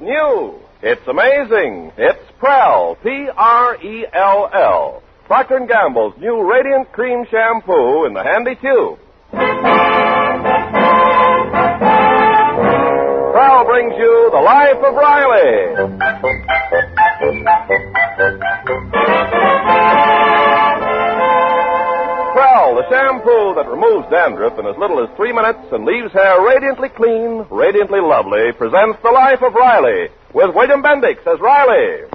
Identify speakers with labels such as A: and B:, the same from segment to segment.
A: new. It's amazing. It's Prell, P-R-E-L-L. Procter & Gamble's new Radiant Cream Shampoo in the handy tube. Prell brings you The Life of Riley. Prell, the shampoo that removes dandruff in as little as three minutes and leaves hair radiantly clean, radiantly lovely, presents The Life of Riley with William Bendix as Riley.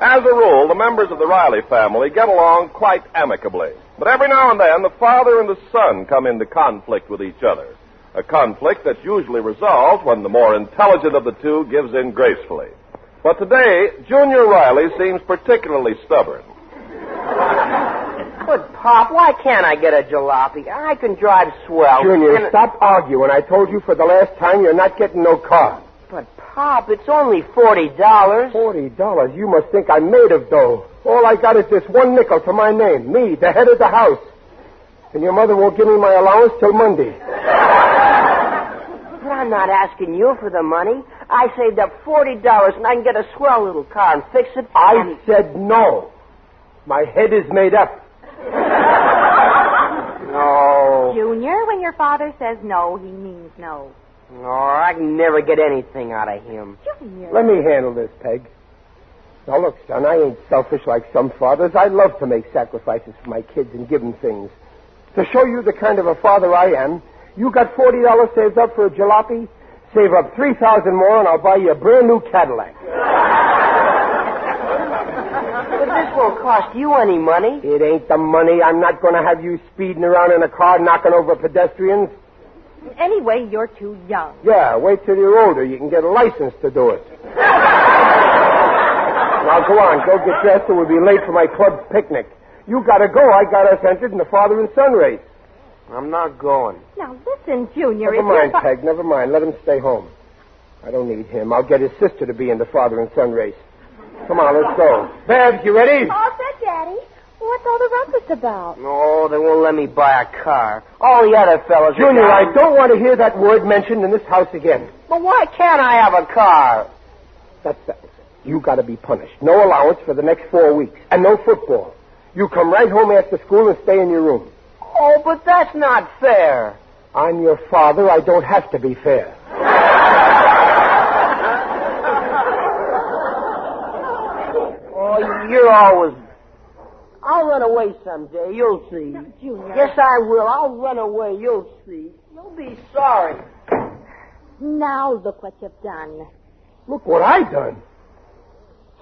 A: As a rule, the members of the Riley family get along quite amicably. But every now and then, the father and the son come into conflict with each other. A conflict that's usually resolved when the more intelligent of the two gives in gracefully. But today, Junior Riley seems particularly stubborn.
B: But, Pop, why can't I get a jalopy? I can drive swell.
C: Junior,
B: And-
C: stop arguing. I told you for the last time you're not getting no car.
B: But, Pop, it's only $40.
C: Forty dollars. You must think I'm made of dough. All I got is this one nickel to my name. Me, the head of the house. And your mother won't give me my allowance till Monday.
B: But I'm not asking you for the money. I saved up $40 and I can get a swell little car and fix it.
C: I
B: and-
C: said no. My head is made up. no.
D: Junior, when your father says no, he means no.
B: Oh, I can never get anything out of him.
D: Junior.
C: Let me handle this, Peg. Now look, son, I ain't selfish like some fathers. I love to make sacrifices for my kids and give them things. To show you the kind of a father I am, you got forty dollars saved up for a jalopy. Save up three thousand more, and I'll buy you a brand new Cadillac.
B: But this won't cost you any money.
C: It ain't the money. I'm not going to have you speeding around in a car knocking over pedestrians.
D: Anyway, you're too young.
C: Yeah, wait till you're older. You can get a license to do it. now go on, go get dressed, or we'll be late for my club picnic. You gotta go. I got us entered in the father and son race.
B: I'm not going.
D: Now listen, Junior.
C: Never
D: if your
C: mind,
D: fa-
C: Peg. Never mind. Let him stay home. I don't need him. I'll get his sister to be in the father and son race. Come on, let's go. Babs, you ready?
D: All set, Daddy. What's all the rumpus about?
B: No, they won't let me buy a car. All the other fellas. are
C: Junior, I
B: gone.
C: don't want to hear that word mentioned in this house again.
B: But why can't I have a car?
C: That's that. You got to be punished. No allowance for the next four weeks, and no football. You come right home after school and stay in your room.
B: Oh, but that's not fair.
C: I'm your father. I don't have to be fair.
B: Oh, you're always. I'll run away someday. You'll see.
D: Junior.
B: Yes, I will. I'll run away. You'll see. You'll be sorry.
D: Now look what you've done.
C: Look what I done.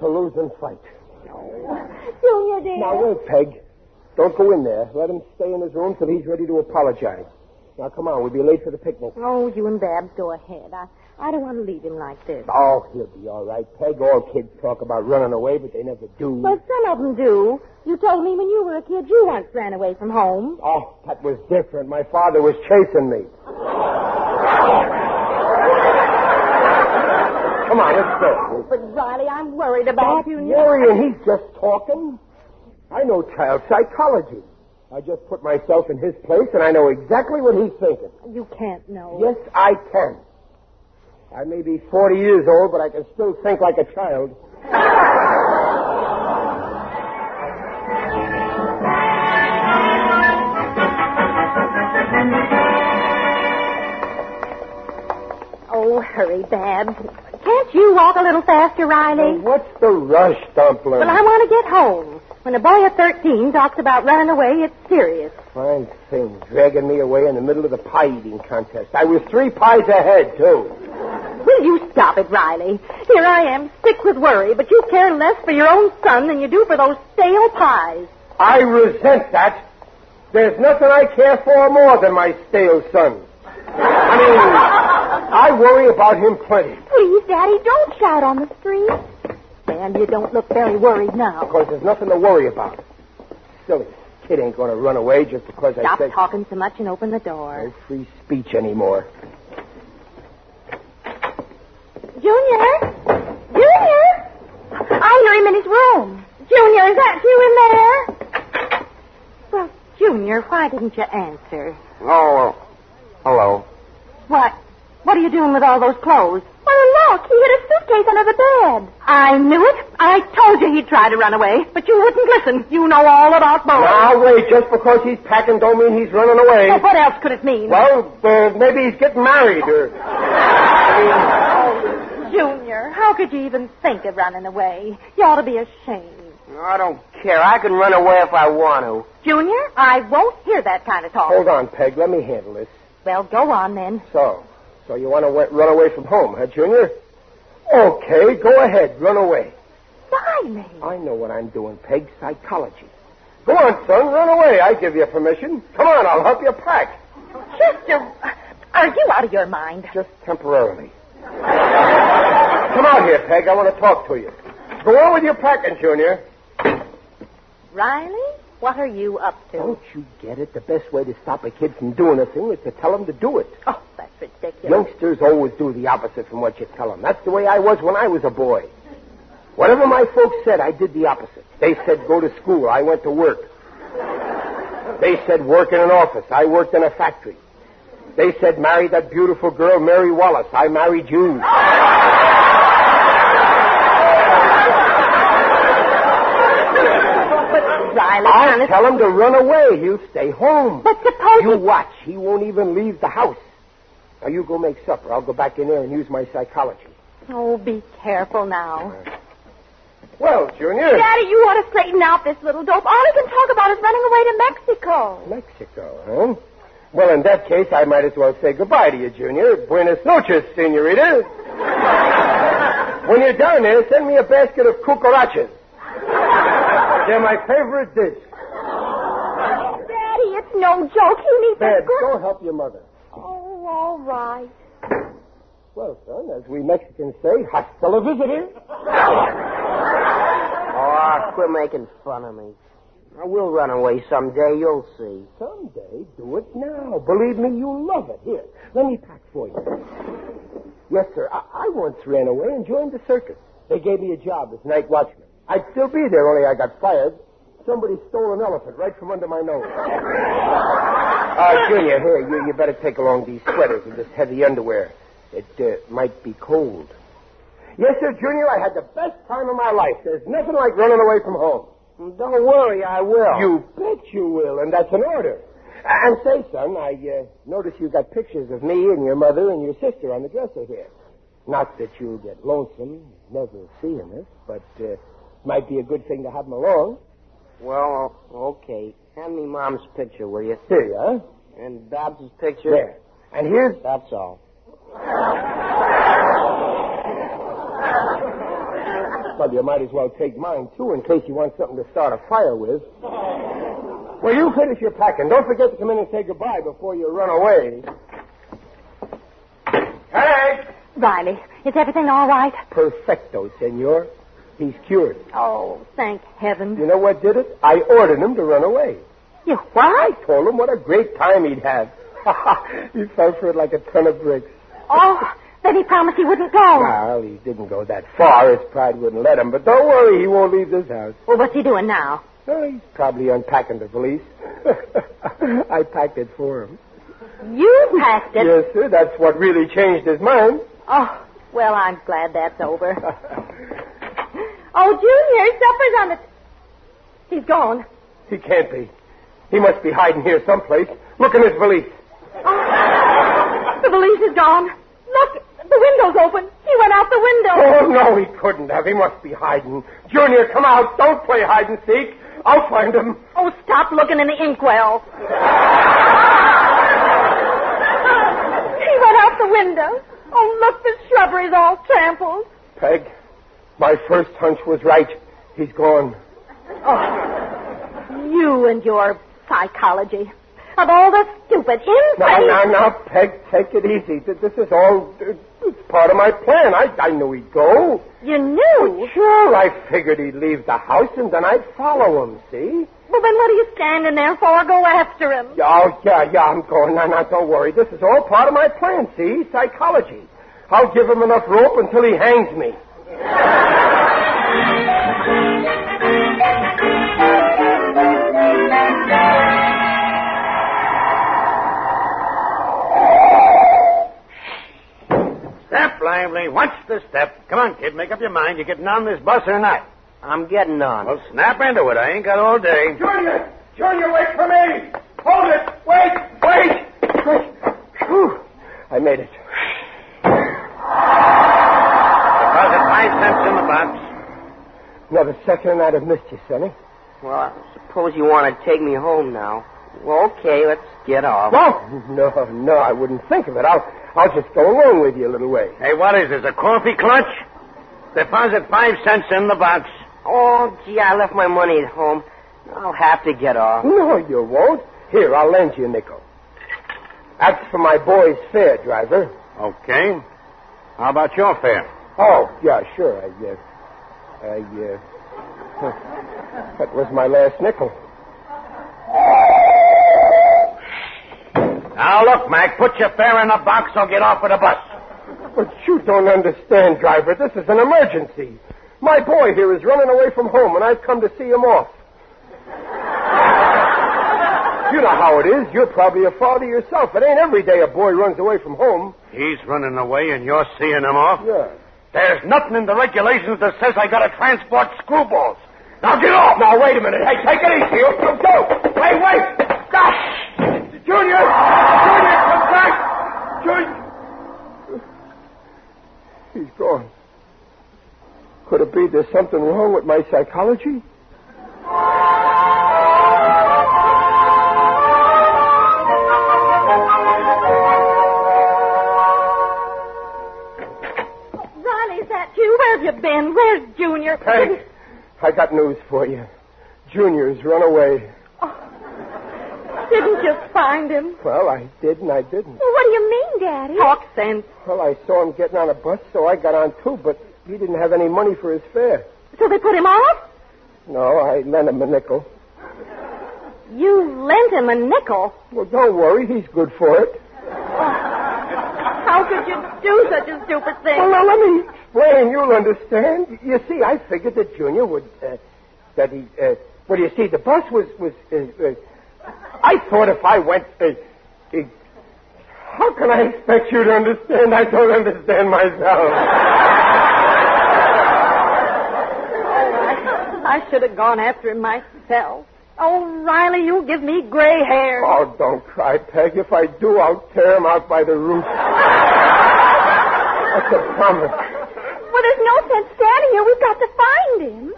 C: To lose and fight.
D: Junior, dear.
C: Now wait, Peg. Don't go in there. Let him stay in his room till he's ready to apologize. Now come on, we'll be late for the picnic.
D: Oh, you and Babs go ahead. I, I don't want to leave him like this.
C: Oh, he'll be all right, Peg. All kids talk about running away, but they never do.
D: Well, some of them do. You told me when you were a kid you once ran away from home.
C: Oh, that was different. My father was chasing me. Come on, let's go.
D: But Riley, I'm worried about
C: Stop
D: you.
C: worrying. He's just talking. I know child psychology. I just put myself in his place, and I know exactly what he's thinking.
D: You can't know.
C: Yes, I can. I may be 40 years old, but I can still think like a child.
D: Oh, hurry, Babs. Can't you walk a little faster, Riley?
C: What's the rush, Dumpling?
D: Well, I want to get home. When a boy of 13 talks about running away, it's serious.
C: Fine thing, dragging me away in the middle of the pie eating contest. I was three pies ahead, too.
D: Will you stop it, Riley? Here I am, sick with worry, but you care less for your own son than you do for those stale pies.
C: I resent that. There's nothing I care for more than my stale son. I mean, I worry about him plenty
D: Please, Daddy, don't shout on the street. And you don't look very worried now.
C: because there's nothing to worry about. Silly kid ain't going to run away just because I
D: Stop
C: said
D: talking so much and open the door.
C: no free speech anymore.
D: Junior? Junior? I hear him in his room. Junior, is that you in there? Junior, why didn't you answer?
E: Oh, hello.
D: What? What are you doing with all those clothes? Well, look, he hid a suitcase under the bed. I knew it. I told you he'd try to run away, but you wouldn't listen. You know all about Bo.
C: Now, wait, just because he's packing don't mean he's running
D: Well,
C: away.
D: what else could it mean?
C: Well, uh, maybe he's getting married or...
D: Junior, how could you even think of running away? You ought to be ashamed.
E: I don't care. I can run away if I want to.
D: Junior, I won't hear that kind of talk.
C: Hold on, Peg, let me handle this.
D: Well, go on then.
C: So, so you want to w- run away from home, huh, Junior? Okay, go ahead, run away.
D: Riley.
C: I know what I'm doing, Peg. Psychology. Go on, son, run away. I give you permission. Come on, I'll help you pack.
D: Chester, are you out of your mind?
C: Just temporarily. Come out here, Peg. I want to talk to you. Go on with your packing, Junior.
D: Riley, what are you up to?
C: Don't you get it? The best way to stop a kid from doing a thing is to tell him to do it.
D: Oh, that's ridiculous.
C: Youngsters always do the opposite from what you tell them. That's the way I was when I was a boy. Whatever my folks said, I did the opposite. They said go to school. I went to work. They said work in an office. I worked in a factory. They said marry that beautiful girl, Mary Wallace. I married you.
D: Riley,
C: I'll tell him to run away. He'll stay home.
D: But suppose
C: You watch. He won't even leave the house. Now you go make supper. I'll go back in there and use my psychology.
D: Oh, be careful now.
C: Well, Junior.
D: Daddy, you want to straighten out this little dope. All he can talk about is running away to Mexico.
C: Mexico, huh? Well, in that case, I might as well say goodbye to you, Junior. Buenos noches, senorita. when you're down there, send me a basket of cucarachas. They're my favorite dish.
D: Daddy, it's no joke. He needs
C: Bed,
D: a good...
C: go help your mother.
D: Oh, all right.
C: Well, son, as we Mexicans say, hasta la visita.
E: Oh,
B: ah, Quit making fun of me. I will run away someday, you'll see.
C: Someday, do it now. Believe me, you'll love it. Here, let me pack for you. Yes, sir. I, I once ran away and joined the circus. They gave me a job as night watchman. I'd still be there, only I got fired. Somebody stole an elephant right from under my nose. uh, Junior, here, you, you better take along these sweaters and this heavy underwear. It uh, might be cold. Yes, sir, Junior, I had the best time of my life. There's nothing like running away from home.
B: Don't worry, I will.
C: You bet you will, and that's an order. And say, son, I uh, notice you got pictures of me and your mother and your sister on the dresser here. Not that you'll get lonesome, never seeing us, but uh, might be a good thing to have them along.
B: Well, okay. Hand me Mom's picture, will you?
C: Here you are.
B: And Dobbs's picture?
C: There. And here's
B: That's all.
C: Well, you might as well take mine, too, in case you want something to start a fire with. Well, you finish your packing. Don't forget to come in and say goodbye before you run away. Hank!
D: Riley, is everything all right?
C: Perfecto, senor. He's cured.
D: Oh, thank heaven.
C: You know what did it? I ordered him to run away.
D: You what?
C: Told him what a great time he'd have. he fell for it like a ton of bricks.
D: Oh, then he promised he wouldn't go.
C: Well, he didn't go that far. His pride wouldn't let him. But don't worry, he won't leave this house.
D: Well, what's he doing now?
C: Oh, he's probably unpacking the police. I packed it for him.
D: You packed it.
C: Yes, sir. That's what really changed his mind.
D: Oh, well, I'm glad that's over. Oh, Junior, supper's on the. He's gone.
C: he can't be. He must be hiding here someplace. Look in his valise.
D: The valise is gone. Look, the window's open. He went out the window.
C: Oh, no, he couldn't have. He must be hiding. Junior, come out. Don't play hide and seek. I'll find him.
D: Oh, stop looking in the inkwell. he went out the window. Oh, look, the shrubbery's all trampled.
C: Peg, my first hunch was right. He's gone.
D: Oh, You and your psychology. Of all the stupid insane.
C: Now, now, now, Peg, take it easy. Th- This is all uh, it's part of my plan. I, I knew he'd go.
D: You knew.
C: Sure, I figured he'd leave the house and then I'd follow him, see?
D: Well, then what are you standing there for? Go after him.
C: Oh, yeah, yeah, I'm going. Now, now, don't worry. This is all part of my plan, see? Psychology. I'll give him enough rope until he hangs me.
F: Johnny, what's the step? Come on, kid, make up your mind. You getting on this bus or not?
E: I'm getting on.
F: Well, snap into it. I ain't got all day.
C: Junior! Junior, wait for me! Hold it! Wait! Wait! Wait! Whew. I made it.
F: Deposit five cents in the box.
C: Another second and I'd have missed you, Sonny.
E: Well, I suppose you want to take me home now. Well, okay, let's get off.
C: Oh! No, no, I wouldn't think of it. I'll, I'll just go along with you a little way.
F: Hey, what is this, a coffee clutch? Deposit five cents in the box.
E: Oh, gee, I left my money at home. I'll have to get off.
C: No, you won't. Here, I'll lend you a nickel. That's for my boy's fare, driver.
F: Okay. How about your fare?
C: Oh, yeah, sure. I, uh, I, uh, huh. that was my last nickel.
F: Now, look, Mac, put your fare in the box or get off of the bus.
C: But you don't understand, driver. This is an emergency. My boy here is running away from home, and I've come to see him off. you know how it is. You're probably a father yourself. It ain't every day a boy runs away from home.
F: He's running away and you're seeing him off?
C: Yeah.
F: There's nothing in the regulations that says I gotta transport screwballs. Now get off! Now wait a minute. Hey, take it easy. You, you go. Hey, wait. Stop. Junior! Junior, come back! Junior!
C: He's gone. Could it be there's something wrong with my psychology?
D: Riley, is that you? Where have you been? Where's Junior?
C: Hank, I got news for you. Junior's run away.
D: Oh, Didn't you find him?
C: Well, I did and I didn't.
D: Well, what do you mean, Daddy? Talk sense.
C: Well, I saw him getting on a bus, so I got on too, but he didn't have any money for his fare.
D: So they put him off?
C: No, I lent him a nickel.
D: You lent him a nickel.
C: Well, don't worry, he's good for it.
D: How could you do such a stupid thing?
C: Well, now let me explain. You'll understand. You see, I figured that Junior would, uh, that he, uh, well, you see, the bus was, was, uh, uh, I thought if I went, uh, uh, how can I expect you to understand? I don't understand myself.
D: I, I should have gone after him myself. Oh, Riley, you give me gray hair.
C: Oh, don't cry, Peg. If I do, I'll tear him out by the roots. That's a promise.
D: Well, there's no sense standing here. We've got to find him.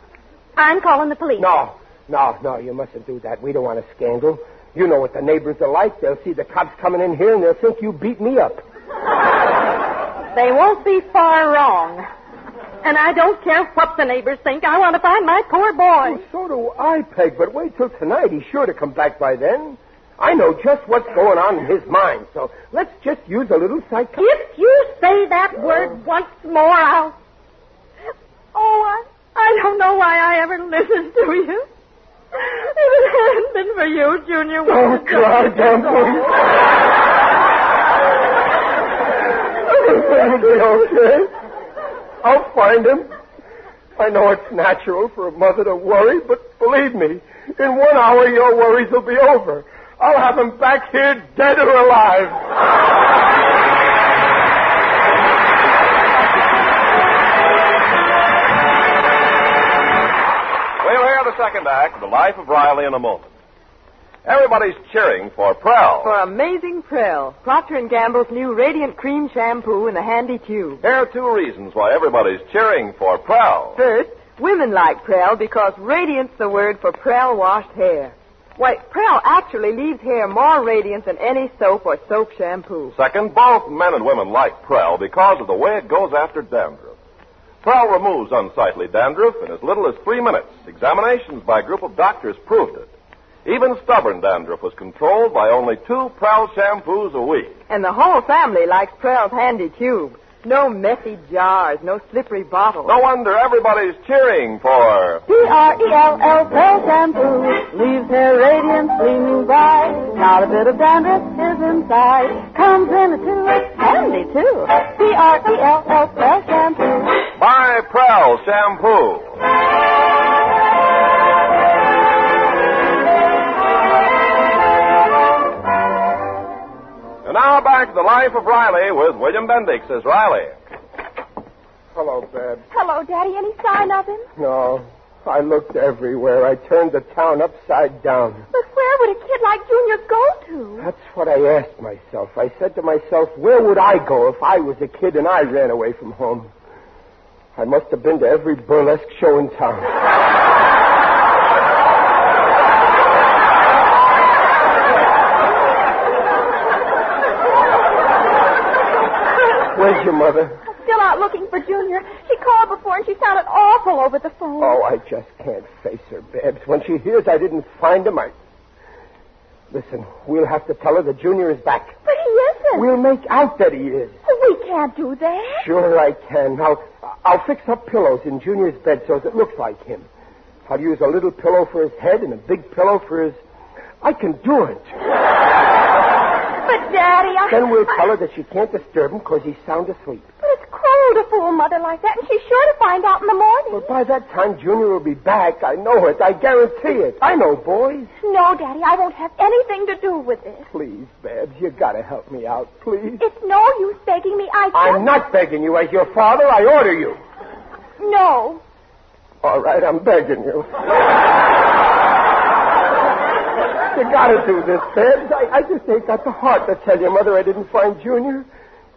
D: I'm calling the police.
C: No, no, no, you mustn't do that. We don't want a scandal. You know what the neighbors are like. They'll see the cops coming in here and they'll think you beat me up.
D: They won't be far wrong. And I don't care what the neighbors think. I want to find my poor boy.
C: Oh, so do I, Peg, but wait till tonight. He's sure to come back by then. I know just what's going on in his mind, so let's just use a little Uh. psycho.
D: If you say that word once more, I'll. Oh, I, I don't know why I ever listened to you. If it hadn't been for you, Junior, we
C: Don't cry, Oh, don't Everything will be okay. I'll find him. I know it's natural for a mother to worry, but believe me, in one hour your worries will be over. I'll have him back here dead or alive.
A: We'll hear the second act of The Life of Riley in a moment. Everybody's cheering for Prell.
G: For amazing Prell, Procter & Gamble's new Radiant Cream Shampoo in a handy tube.
A: Here are two reasons why everybody's cheering for Prell.
G: First, women like Prell because radiant's the word for Prell washed hair. Why, Prell actually leaves hair more radiant than any soap or soap shampoo.
A: Second, both men and women like Prell because of the way it goes after dandruff. Prell removes unsightly dandruff in as little as three minutes. Examinations by a group of doctors proved it. Even stubborn dandruff was controlled by only two Prell shampoos a week.
G: And the whole family likes Prell's handy tube. No messy jars, no slippery bottles.
A: No wonder everybody's cheering for.
G: P-R-E-L-L Prell shampoo leaves hair radiant, gleaming bright. Not a bit of dandruff is inside. Comes in a tube, handy too. P-R-E-L-L Prell shampoo.
A: Buy Prell shampoo. And now back to the life of Riley with William Bendix as Riley.
C: Hello, Babs.
G: Hello, Daddy. Any sign of him?
C: No. I looked everywhere. I turned the town upside down.
G: But where would a kid like Junior go to?
C: That's what I asked myself. I said to myself, where would I go if I was a kid and I ran away from home? I must have been to every burlesque show in town. Where's your mother?
G: I'm still out looking for Junior. She called before and she sounded awful over the phone.
C: Oh, I just can't face her, Babs. When she hears I didn't find him, I. Listen, we'll have to tell her that Junior is back.
G: But he isn't.
C: We'll make out that he is.
G: We can't do that.
C: Sure, I can. I'll, I'll fix up pillows in Junior's bed so it looks like him. I'll use a little pillow for his head and a big pillow for his. I can do it.
G: But, Daddy, I...
C: Then we'll
G: I-
C: tell her that she can't disturb him because he's sound asleep.
G: But it's cruel to fool Mother like that, and she's sure to find out in the morning.
C: Well, by that time, Junior will be back. I know it. I guarantee it. I know, boys.
G: No, Daddy, I won't have anything to do with it.
C: Please, Babs, you gotta help me out, please.
G: It's no use begging me. I just...
C: I'm not begging you. As your father, I order you.
G: No.
C: All right, I'm begging you. you gotta do this, Babs. I, I just ain't got the heart to tell your mother I didn't find Junior.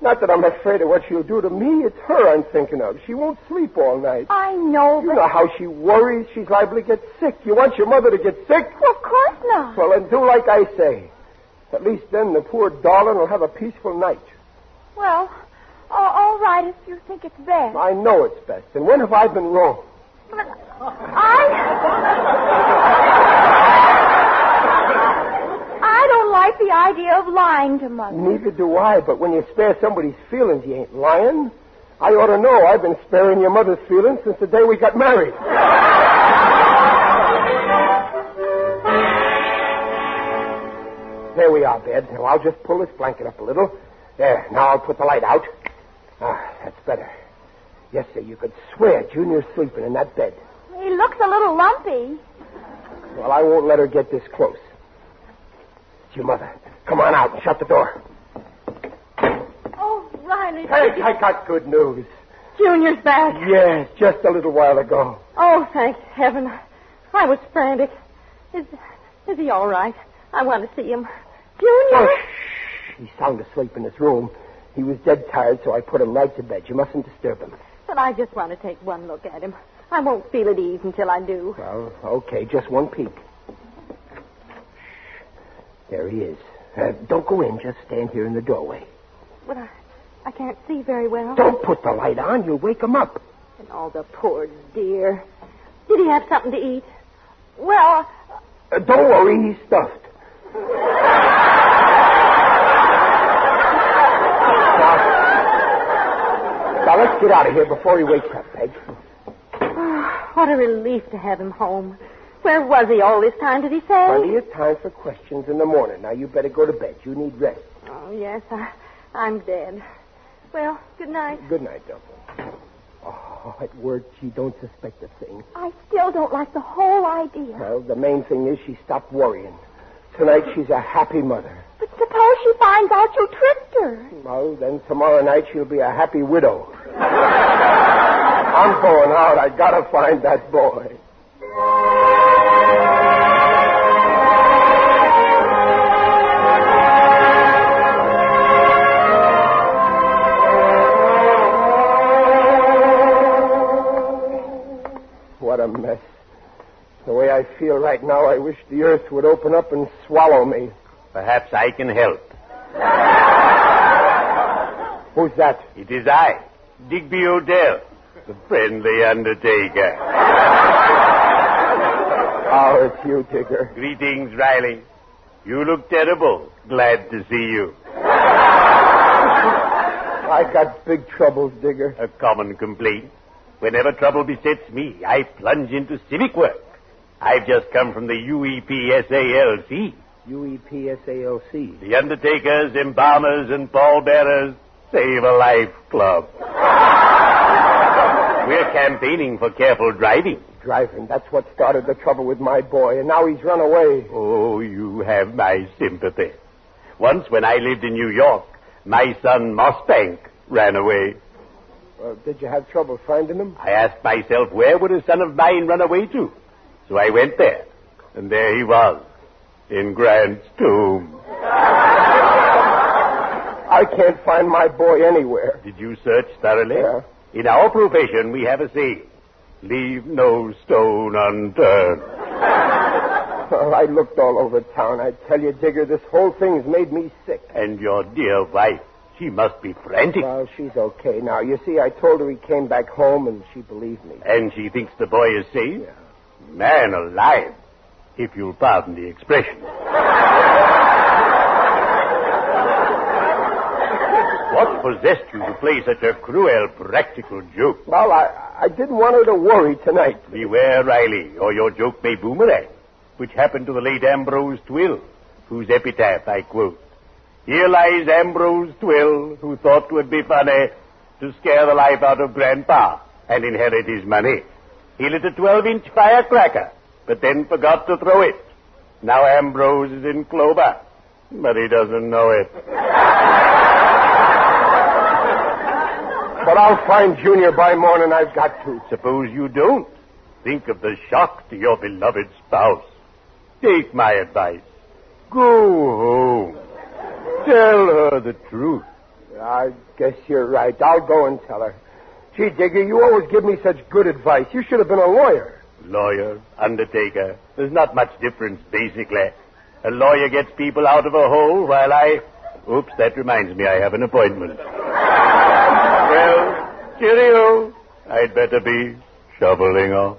C: Not that I'm afraid of what she'll do to me. It's her I'm thinking of. She won't sleep all night.
G: I know,
C: You
G: but...
C: know how she worries. She's liable to get sick. You want your mother to get sick?
G: Well, of course not.
C: Well, then do like I say. At least then the poor darling will have a peaceful night.
G: Well, a- all right if you think it's best.
C: I know it's best. And when have I been wrong?
G: But I... I don't like the idea of lying to Mother.
C: Neither do I, but when you spare somebody's feelings, you ain't lying. I ought to know. I've been sparing your mother's feelings since the day we got married. there we are, Babs. Now I'll just pull this blanket up a little. There, now I'll put the light out. Ah, that's better. Yes, sir, you could swear Junior's sleeping in that bed.
G: He looks a little lumpy.
C: Well, I won't let her get this close. It's your mother. Come on out and shut the door.
G: Oh, Riley.
C: Hey, I got good news.
G: Junior's back.
C: Yes, just a little while ago.
G: Oh, thank heaven. I was frantic. Is, is he all right? I want to see him. Junior?
C: Oh, shh. He's sound asleep in his room. He was dead tired, so I put him right to bed. You mustn't disturb him.
G: But I just want to take one look at him. I won't feel at ease until I do.
C: Well, okay, just one peek. There he is. Uh, don't go in. Just stand here in the doorway.
G: But I, I can't see very well.
C: Don't put the light on. You'll wake him up.
G: And all the poor dear. Did he have something to eat? Well,
C: Uh, don't worry. He's stuffed. now, now, let's get out of here before he wakes up, Peg.
G: what a relief to have him home. Where was he all this time, did he say?
C: Plenty of time for questions in the morning. Now, you better go to bed. You need rest.
G: Oh, yes, I, I'm dead. Well, good night.
C: Good night, Dumpling. Oh, it worked. She don't suspect a thing.
G: I still don't like the whole idea.
C: Well, the main thing is she stopped worrying. Tonight she's a happy mother.
G: But suppose she finds out you tricked her.
C: Well, then tomorrow night she'll be a happy widow. I'm going out. I gotta find that boy. What a mess. The way I feel right now, I wish the earth would open up and swallow me.
H: Perhaps I can help.
C: Who's that?
H: It is I, Digby Odell, the friendly undertaker.
C: Oh, it's you, Digger.
H: Greetings, Riley. You look terrible. Glad to see you.
C: I got big troubles, Digger.
H: A common complaint. Whenever trouble besets me, I plunge into civic work. I've just come from the E UEPSALC,
C: E UEPSALC.
H: the Undertakers, Embalmers, and Pallbearers Save a Life Club. We're campaigning for careful driving.
C: Driving. That's what started the trouble with my boy, and now he's run away.
H: Oh, you have my sympathy. Once, when I lived in New York, my son Mossbank ran away.
C: Uh, did you have trouble finding them?
H: I asked myself, where would a son of mine run away to? So I went there, and there he was, in Grant's tomb.
C: I can't find my boy anywhere.
H: Did you search thoroughly?
C: Yeah.
H: In our profession, we have a saying leave no stone unturned.
C: Well, I looked all over town. I tell you, Digger, this whole thing's made me sick.
H: And your dear wife, she must be frantic.
C: Well, she's okay now. You see, I told her he came back home, and she believed me.
H: And she thinks the boy is safe? Man alive, if you'll pardon the expression. what possessed you to play such a cruel practical joke?
C: Well, I, I didn't want her to worry tonight.
H: Beware, Riley, or your joke may boomerang, which happened to the late Ambrose Twill, whose epitaph I quote. Here lies Ambrose Twill, who thought 'twould be funny to scare the life out of Grandpa and inherit his money. He lit a 12-inch firecracker, but then forgot to throw it. Now Ambrose is in clover, but he doesn't know it.
C: But I'll find Junior by morning. I've got to.
H: Suppose you don't. Think of the shock to your beloved spouse. Take my advice. Go home. Tell her the truth.
C: I guess you're right. I'll go and tell her. Gee, Digger, you always give me such good advice. You should have been a lawyer.
H: Lawyer, undertaker, there's not much difference, basically. A lawyer gets people out of a hole while I. Oops, that reminds me I have an appointment. well, cheerio. I'd better be shoveling off.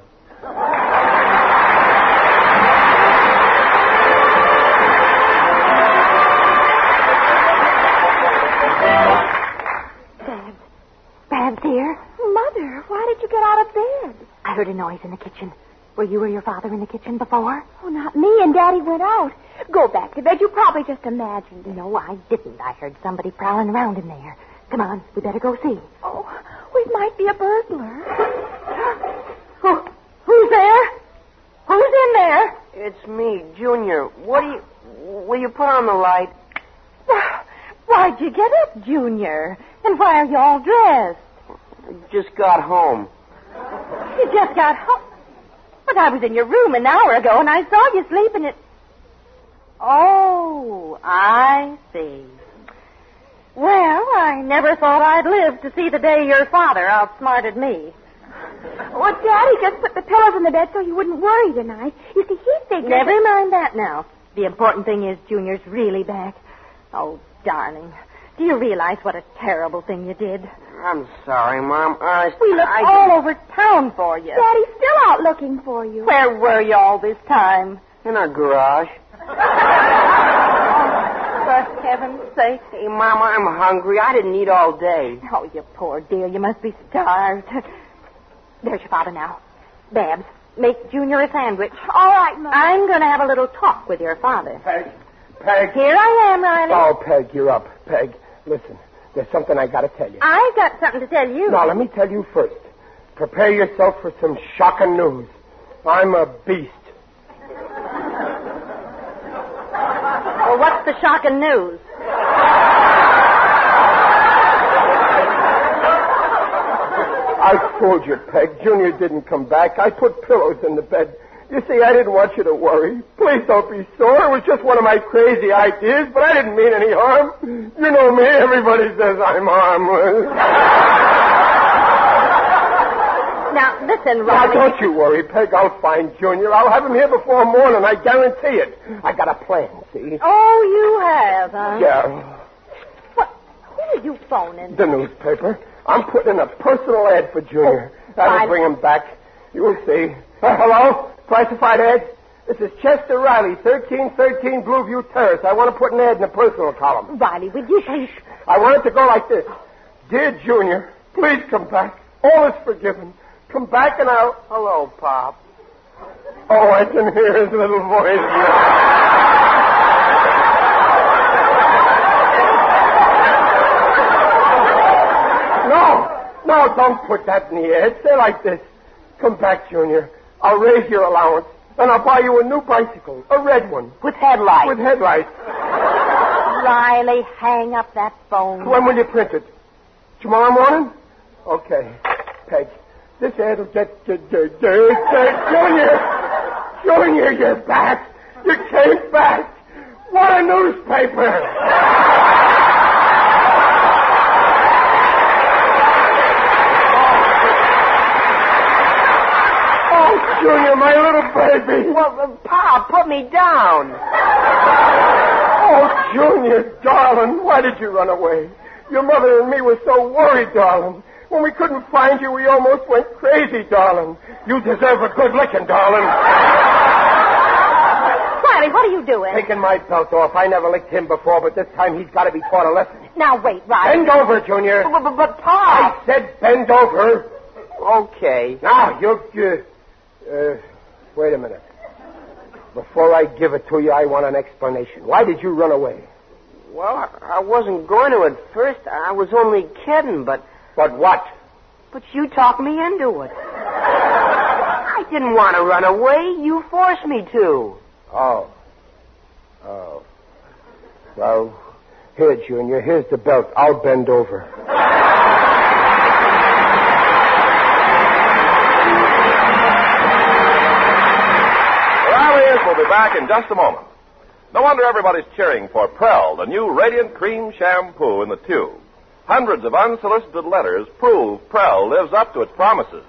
D: Babs. Babs, dear.
G: Mother, why did you get out of bed?
D: I heard a noise in the kitchen. Were you or your father in the kitchen before?
G: Oh, not me. And Daddy went out. Go back to bed. You probably just imagined it.
D: No, I didn't. I heard somebody prowling around in there. Come on, we better go see.
G: Oh, we might be a burglar.
D: Who, who's there? Who's in there?
E: It's me, Junior. What do you. Will you put on the light?
D: Why'd you get up, Junior? And why are you all dressed?
E: I just got home.
D: You just got home. But I was in your room an hour ago and I saw you sleeping it. Oh, I see. Well, I never thought I'd live to see the day your father outsmarted me.
G: Well, Daddy just put the pillows in the bed so you wouldn't worry tonight. You see, he figured...
D: Never mind that now. The important thing is Junior's really back. Oh, darling. Do you realize what a terrible thing you did?
E: I'm sorry, Mom. Honest.
D: We looked
E: I
D: all over town for you.
G: Daddy's still out looking for you.
D: Where were you all this time?
E: In our garage.
D: For heaven's sake.
E: Hey, Mom, I'm hungry. I didn't eat all day.
D: Oh, you poor dear. You must be starved. There's your father now. Babs, make Junior a sandwich.
G: All right, Mom.
D: I'm going to have a little talk with your father.
C: Peg. Peg.
D: Here I am, Riley.
C: Oh, Peg, you're up. Peg, listen. There's something I gotta tell you.
D: I've got something to tell you.
C: Now, let me tell you first. Prepare yourself for some shocking news. I'm a beast.
D: Well, what's the shocking news?
C: I fooled you, Peg. Junior didn't come back. I put pillows in the bed. You see, I didn't want you to worry. Please don't be sore. It was just one of my crazy ideas, but I didn't mean any harm. You know me. Everybody says I'm harmless.
D: Now, listen,
C: Now,
D: Riley.
C: don't you worry, Peg. I'll find Junior. I'll have him here before morning. I guarantee it. I got a plan, see?
D: Oh, you have, huh?
C: Yeah.
D: What? Who are you phoning?
C: The newspaper. I'm putting in a personal ad for Junior. That'll
D: fine.
C: bring him back. You'll see. Uh, hello? Classified ad? This is Chester Riley, 1313 Blueview Terrace. I want to put an ad in the personal column.
D: Riley, will you please?
C: I want it to go like this. Dear Junior, please come back. All is forgiven. Come back and I'll...
E: Hello, Pop.
C: Oh, I can hear his little voice. No, no, don't put that in the ad. Say like this. Come back, Junior. I'll raise your allowance, and I'll buy you a new bicycle, a red one,
E: With headlights.
C: with headlights.
D: Riley, hang up that phone.
C: When will you print it? Tomorrow morning? Okay, Peg. This ad'll get get- get- get- get- Junior! Junior, you're back! You came back! What a newspaper! Oh, Junior, my little baby!
B: Well, uh, Pa, put me down.
C: Oh, Junior, darling, why did you run away? Your mother and me were so worried, darling. When we couldn't find you, we almost went crazy, darling. You deserve a good licking, darling.
D: Riley, what are you doing?
C: Taking my belt off. I never licked him before, but this time he's got to be taught a lesson.
D: Now, wait, Riley.
C: Bend over, Junior.
B: But, but, but Pa.
C: I said bend over.
B: Okay.
C: Now, you... Uh, uh, wait a minute. Before I give it to you, I want an explanation. Why did you run away?
B: Well, I, I wasn't going to at first. I was only kidding, but
C: But what?
B: but you talked me into it. I didn't want to run away. You forced me to.
C: Oh. Oh. Well, here, Junior, here's the belt. I'll bend over.
A: The Rallies will be back in just a moment. No wonder everybody's cheering for Prel, the new radiant cream shampoo in the tube. Hundreds of unsolicited letters prove Prel lives up to its promises.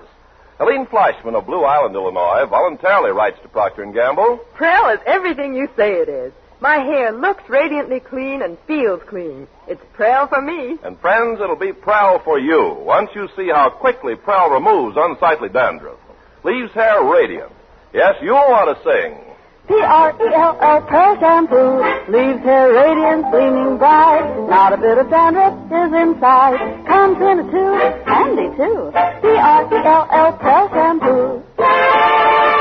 A: Helene Fleischman of Blue Island, Illinois, voluntarily writes to Procter & Gamble.
G: Prel is everything you say it is. My hair looks radiantly clean and feels clean. It's Prel for me.
A: And friends, it'll be Prowl for you once you see how quickly Prowl removes unsightly dandruff, leaves hair radiant. Yes, you'll want to sing.
G: P-R-E-L-L, Prel shampoo. Leaves hair radiant, gleaming bright. Not a bit of dandruff is inside. Comes in a tube, handy too. E P-R-E-L-L, Prel shampoo.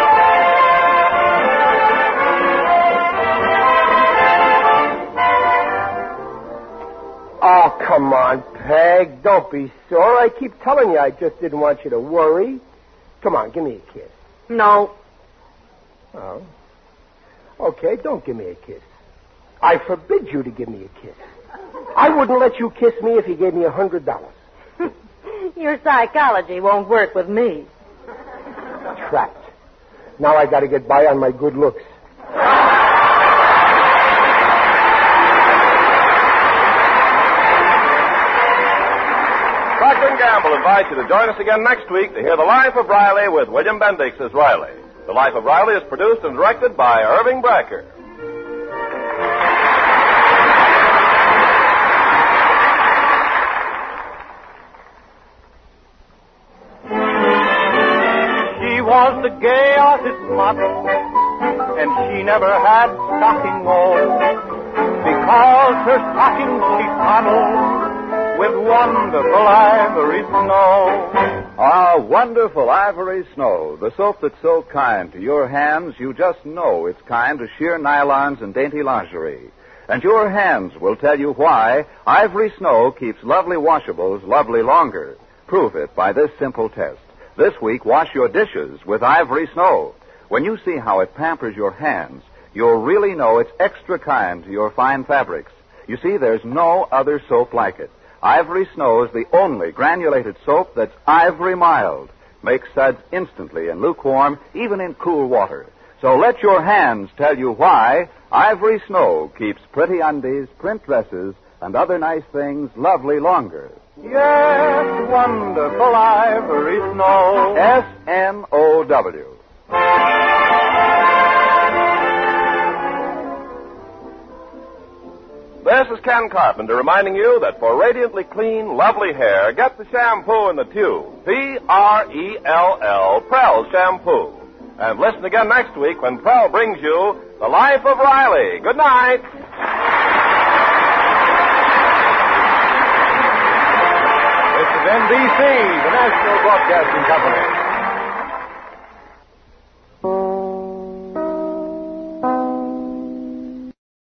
C: Oh, come on, Peg. Don't be sore. I keep telling you I just didn't want you to worry. Come on, give me a kiss.
D: No.
C: Oh. Okay, don't give me a kiss. I forbid you to give me a kiss. I wouldn't let you kiss me if you gave me a hundred dollars.
D: Your psychology won't work with me.
C: Trapped. Now I gotta get by on my good looks.
A: Procter & Gamble invites you to join us again next week to hear The Life of Riley with William Bendix as Riley. The Life of Riley is produced and directed by Irving Bracker.
I: She was the gayest mutt, and she never had stocking on, because her stocking she coddled with wonderful ivory snow.
H: Ah, wonderful ivory snow, the soap that's so kind to your hands, you just know it's kind to sheer nylons and dainty lingerie. And your hands will tell you why ivory snow keeps lovely washables lovely longer. Prove it by this simple test. This week, wash your dishes with ivory snow. When you see how it pampers your hands, you'll really know it's extra kind to your fine fabrics. You see, there's no other soap like it. Ivory Snow is the only granulated soap that's ivory mild. Makes suds instantly and lukewarm, even in cool water. So let your hands tell you why Ivory Snow keeps pretty undies, print dresses, and other nice things lovely longer.
I: Yes, wonderful ivory snow.
H: S N O W.
A: This is Ken Carpenter reminding you that for radiantly clean, lovely hair, get the shampoo in the tube. P-R-E-L-L, Prel Shampoo. And listen again next week when Prel brings you The Life of Riley. Good night.
J: This is NBC, the National Broadcasting Company.